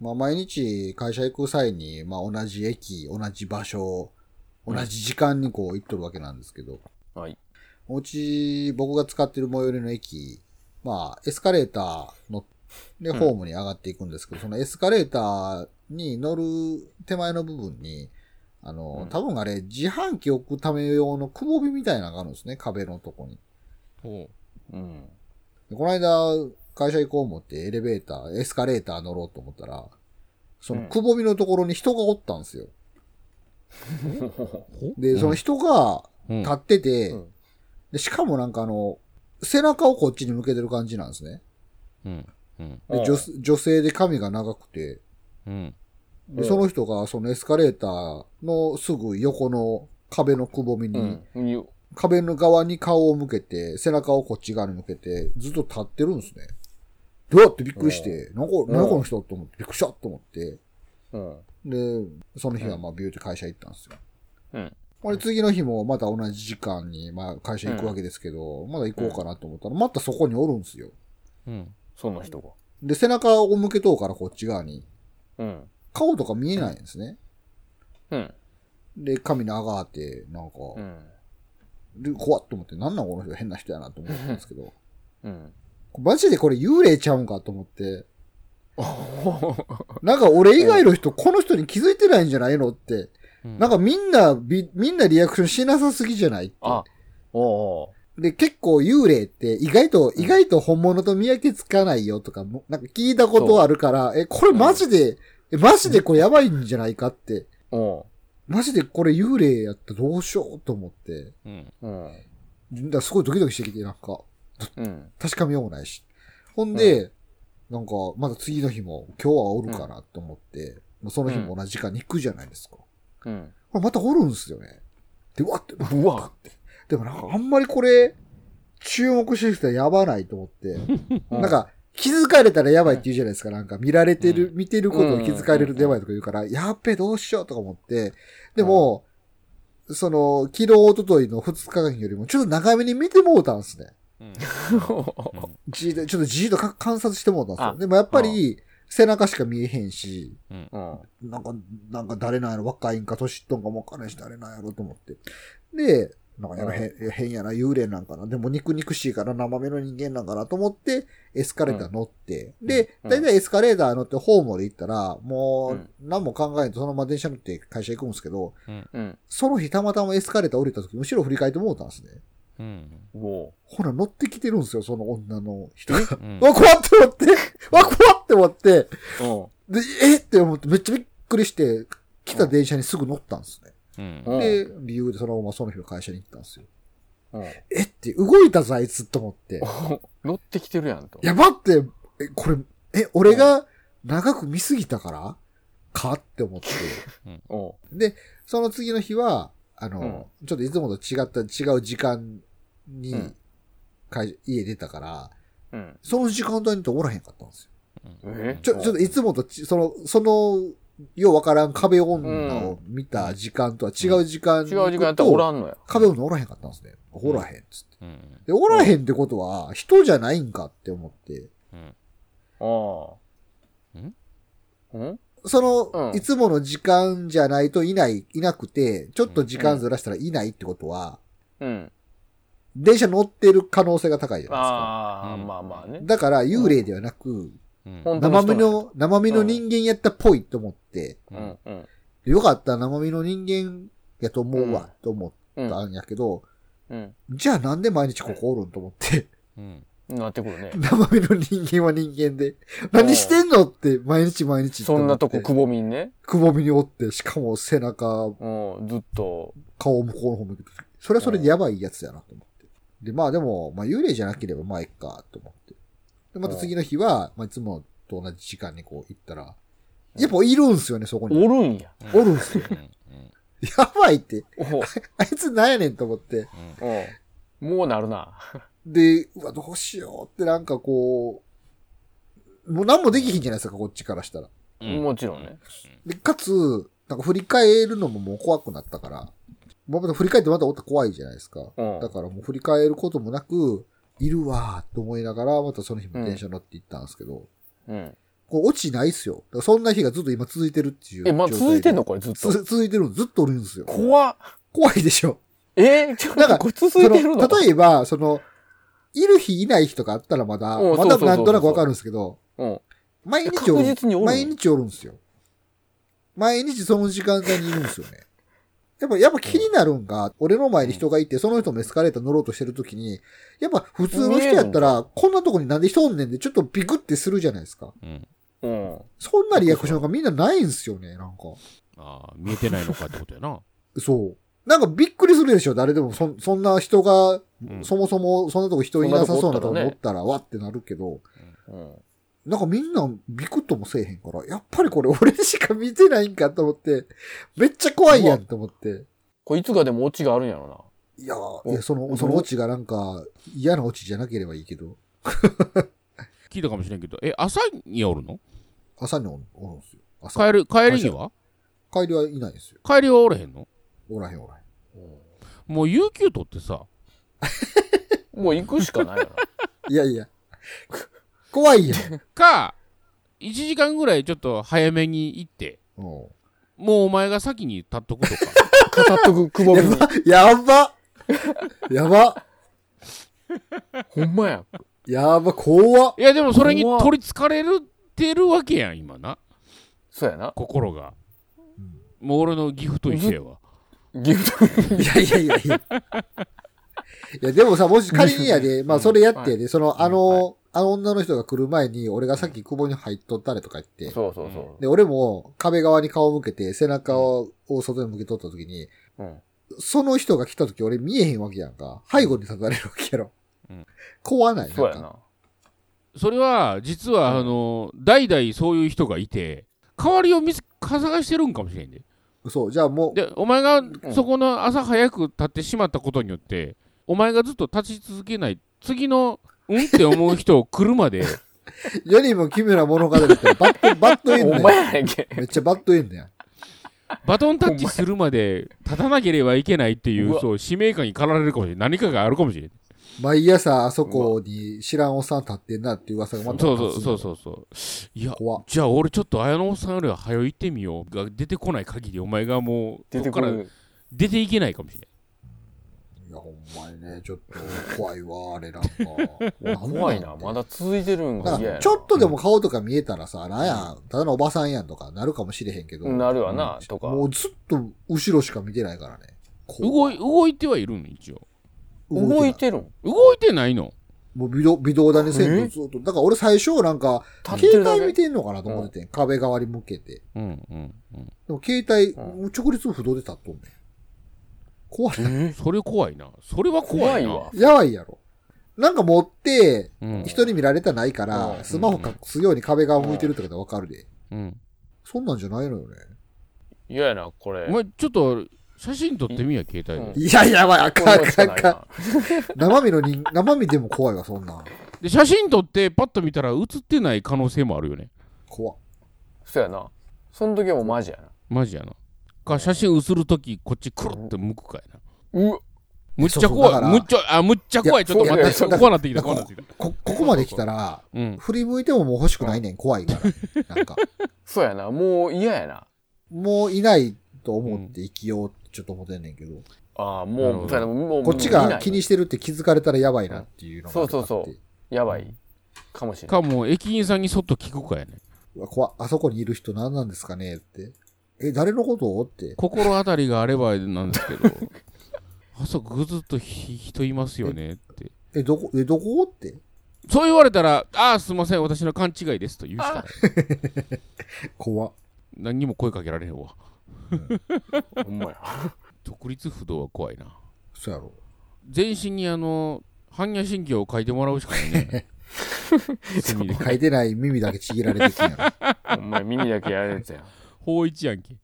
まあ、毎日会社行く際に、まあ、同じ駅、同じ場所、同じ時間にこう行っとるわけなんですけど、はい。おうち、僕が使ってる最寄りの駅、まあ、エスカレーターの、で、うんホームに上がっていくんですけど、そのエスカレーターに乗る手前の部分に、あの、うん多分あれ、自販機置くため用のくぼみみたいなのがあるんですね、壁のとこに。ほうん。でこの間、会社行こう思って、エレベーター、エスカレーター乗ろうと思ったら、そのくぼみのところに人がおったんです よ。う。ほで、その人がうん立ってて、うんで、しかもなんかあの、背中をこっちに向けてる感じなんですね。うん。うん。で女女性で髪が長くて、うん。でうんその人がそのエスカレーターのすぐ横の壁のくぼみに、うん。よ壁の側に顔を向けて、背中をこっち側に向けて、ずっと立ってるんですね。どうやってびっくりして、なんか、なんかこの人と思って、びっくりしたと思って、うん。で、その日はまあビューって会社行ったんですよ。うん。これ次の日もまた同じ時間に、まあ会社行くわけですけど、まだ行こうかなと思ったら、またそこにおるんですよ。うん。その人が。で、背中を向けとうからこっち側に、うん。顔とか見えないんですね。うん。で、髪長あって、なんか、うん。で怖っと思って、なんなんこの人変な人やなと思ったんですけど、うん。マジでこれ幽霊ちゃうんかと思って、なんか俺以外の人、この人に気づいてないんじゃないのって、うん。なんかみんな、びみんなリアクションしなさすぎじゃないってあ、おうおで、結構幽霊って意外と、意外と本物と見分けつかないよとかも、なんか聞いたことあるから、え、これマジで、えマジでこれやばいんじゃないかって、うおマジでこれ幽霊やったらどうしようと思って、うん。ううん。だからすごいドキドキしてきて、なんか、うん。確かめようもないし。ほんで、なんか、まだ次の日も、今日はおるかなと思って、もうその日も同じ時間に行くじゃないですか。うん。これまたおるんすよね。 で、うわって、うわでもなんかあんまりこれ、注目してる人はやばないと思って、なん、か、気づかれたらやばいって言うじゃないですか。なんか、見られてる、見てることを気づかれるとやばいとか言うから、やっべ、どうしようとか思って、でも、その、昨日、おとといの2日間よりも、ちょっと長めに見てもうたんですね。うん。じーっとちょっとじーっとか観察してもうたんですよ。あでもやっぱり、背中しか見えへんし、うん。なんか、なんか誰なんやろ、若いんか、年とんかもわからんし、誰なんやろと思って。で、なんかやらへん、変やな、幽霊なんかな、でも肉肉しいから生身の人間なんかなと思って、エスカレーター乗って、で、うんだいたいエスカレーター乗ってホームまで行ったら、うもんう、何も考えんとそのまま電車乗って会社行くんですけど、うん。その日たまたまエスカレーター降りた時、後ろ振り返ってもうたんですね。うん。うおほら、乗ってきてるんですよ、その女の 人が。うんうわ、怖って思って、 うわ、怖って思って、うん。で、えって思って、めっちゃびっくりして、来た電車にすぐ乗ったんですね。うん。うんで、理由でそのままその日の会社に行ったんですよ。うん。えって、動いたぞ、あいつと思って。乗ってきてるやんと。やばって、え、これ、え、俺が長く見すぎたからかって思って。おうその次の日は、あの、ちょっといつもと違った、違う時間に、うん会家出たから、うん。その時間帯にとおらへんかったんですよ。えちょ、ちょっといつもとち、その、その、ようわからん壁女を見た時間とは違う時間に違行くと、う時間やったらおらんのや。壁女おらへんかったんですね。おらへんっつって。うん。で、おらへんってことは、人じゃないんかって思って、うん。ああ。んうんその、うんいつもの時間じゃないといない、いなくて、ちょっと時間ずらしたらいないってことは、うん。電車乗ってる可能性が高いじゃないですか。ああ、うんまあまあね。だから、幽霊ではなく、うん。本当生身人なんやの、生身の人間やったっぽいと思って、ううんん。うん。よかった、生身の人間やと思うわ、と思ったんやけど、うん。じゃあなんで毎日ここおるんと思って、。うん。なってくるね生身の人間は人間で、何してんのって毎日毎日そんなとこ思ってくぼみんね。くぼみに折って、しかも背中、うん。ずっと。顔を向こうの方向けて、それはそれでやばいやつやなと思って。で、まあでも、まあ幽霊じゃなければまあいっかと思って。で、また次の日は、まあいつもと同じ時間にこう行ったら、やっぱいるんすよね、そこおに。るんや。おるんすよ。やばいって。おうあいつなんやねんと思って。おうもうなるな。で、うわ、どうしようってなんかこう、もう何もできひんじゃないですか、こっちからしたら。うん。もちろんね。で、かつ、なんか振り返るのももう怖くなったから、まあまた振り返ってまたおった怖いじゃないですか。うんだからもう振り返ることもなく、いるわーと思いながら、またその日も電車乗って行ったんですけど、うん。こう、落ちないっすよ。だからそんな日がずっと今続いてるっていう。え、まあ、続いてんのこれずっつと。続いてるのずっとおるんですよ。怖っ。怖いでしょ。えー、ちょっなんかとこれ続いてるのその例えば、その、いる日いない日とかあったらまだ、うんまそだうそうそうそうなんとなくわかるんですけど、うん。毎日お確る実におる毎日おるんですよ。毎日その時間帯にいるんですよね。 やっぱ、やっぱ気になるんが、俺の前に人がいて、その人もエスカレーター乗ろうとしてるときに、やっぱ普通の人やったら、こんなとこになんで人おんねんで、ちょっとビクってするじゃないですか。うん。うん。そんなリアクションがみんなないんですよね、なんか。ああ、見えてないのかってことやな。そう。なんかびっくりするでしょ、誰でも。そんそんな人が、うんそもそもそんなとこ人いなさそうなとこそんなとこおったらね思ったら、わってなるけど、うん。なんかみんなビクッともせえへんから、やっぱりこれ俺しか見てないんかと思って、めっちゃ怖いやんと思って。これいつかでもオチがあるんやろいやーおいやその、おそのオチがなんか嫌なオチじゃなければいいけど、聞いたかもしれんけど、え、朝におるの朝におるおるんですよ。朝。帰る、帰りには帰りはいないですよ。帰りはおれへんのおらへんおらへん。もう有給取ってさ、な。もう行くしかないよいやい や。怖いやん。か、1時間ぐらいちょっと早めに行って、うんもうお前が先に立っとくとか。 な。片っとくくぼみやに。ば、やば、やば、ほんまや。やば、怖っいや、でもそれに取りつかれるてるわけやん、今な。そうやな。心が。もう俺のギフと一緒やわ。ギフト。いやいやいやいや。いや、でもさ、もし仮にやで、まあ、それやってで、その、あの、あの女の人が来る前に、俺がさっき久保に入っとったれとか言って、そうそうそで、俺も壁側に顔を向けて、背中を外に向けとった時に、う。うん。その人が来た時俺見えへんわけやんか。背後に立たれるわけやろうん。怖ないなんそうやか。な。それは、実は、あの、代々そういう人がいて、代わりを見つ探してるんかもしれんで。そう、じゃあもう、で、お前がそこの朝早く立ってしまったことによって、お前がずっと立ち続けない、次の、うんって思う人を来るまで、世にも奇妙な物語だったら、バッド、バッドエンドほんやまやねんけ。んめっちゃバッドエンドやん。バトンタッチするまで立たなければいけないっていうう、わそう、使命感に駆られるかもしれない。何かがあるかもしれない。毎朝あそこに知らんおっさん立ってんなっていう噂がまたそうそうそうう。そうそう。いや、怖っじゃあ俺ちょっと綾野さんよりは早行ってみようが出てこない限りお前がもう出てくそっからる。出ていけないかもしれないいや、ほんまにね、ちょっと怖いわ、あれなんか。 怖いな。まだ。だ続いてるんだがか嫌やらな。ちょっとでも顔とか見えたらさ、なんや、ただのおばさんやんとかなるかもしれへんけど。なるわな、とか。もうずっと後ろしか見てないからね。こ動い動いてはいるん一応う動いないてるん動いてないのもう微動微動だね、線路ずっと。だから俺最初なんか、立って携るだ帯見けてんのかなと思ってて、壁側に向けて。うんうんうんでも携帯、うんもう直立不動で立っとんねん。怖い。それ怖いなそれは怖怖いいなわ。やばいやろ。なんか持って、うん人に見られたないかうら、んスマホ隠すように壁側向いてるってことはわかるで。うんそんなんじゃないのよね。嫌やな、これ。お前ちょっと写真撮ってみや携帯うでんいやいやばい、あこかんあれこれしかんかなあいかん。な生身の人、生身でも怖いわ、そんなん。で写真撮ってパッと見たら写ってない可能性もあるよね怖っそうやな。その時はもうマジやな。マジやなか写真写るときこっちくるって向くかやなうわむっちゃそうそうだ怖からいむっちゃあむっちゃ怖いいちやょっと待っいやていや怖なってきただから怖なってきたこ、ここまで来たら、うん振り向いてももう欲しくないねん、怖いから。なんか、そうやな。もう嫌やな。もういないと思って生きようってちょっと思ってんねんけど、あなるあ、もほどう、そうやなもう、こっちもう見ながい気にしてるって気づかれたらやばいなっていうのがあるからって。そうそうやばい。かもしれなかい。もう駅員さんにそっと聞くかやねうわ怖っあそこにいる人何なんですかねって。え、誰のことって。心当たりがあればなんですけど あそこぐずっとひ人いますよねってえ、どこ、え、どこって。そう言われたら「ああすいません私の勘違いです」と言うしかない怖っ何にも声かけられへんわほんまや。独立不動は怖いなそうやろ。全身にあの般若心経を書いてもらうしかないね墨で書いてない耳だけちぎられてきんやろ。お前耳だけやられてたやん。法一やんけ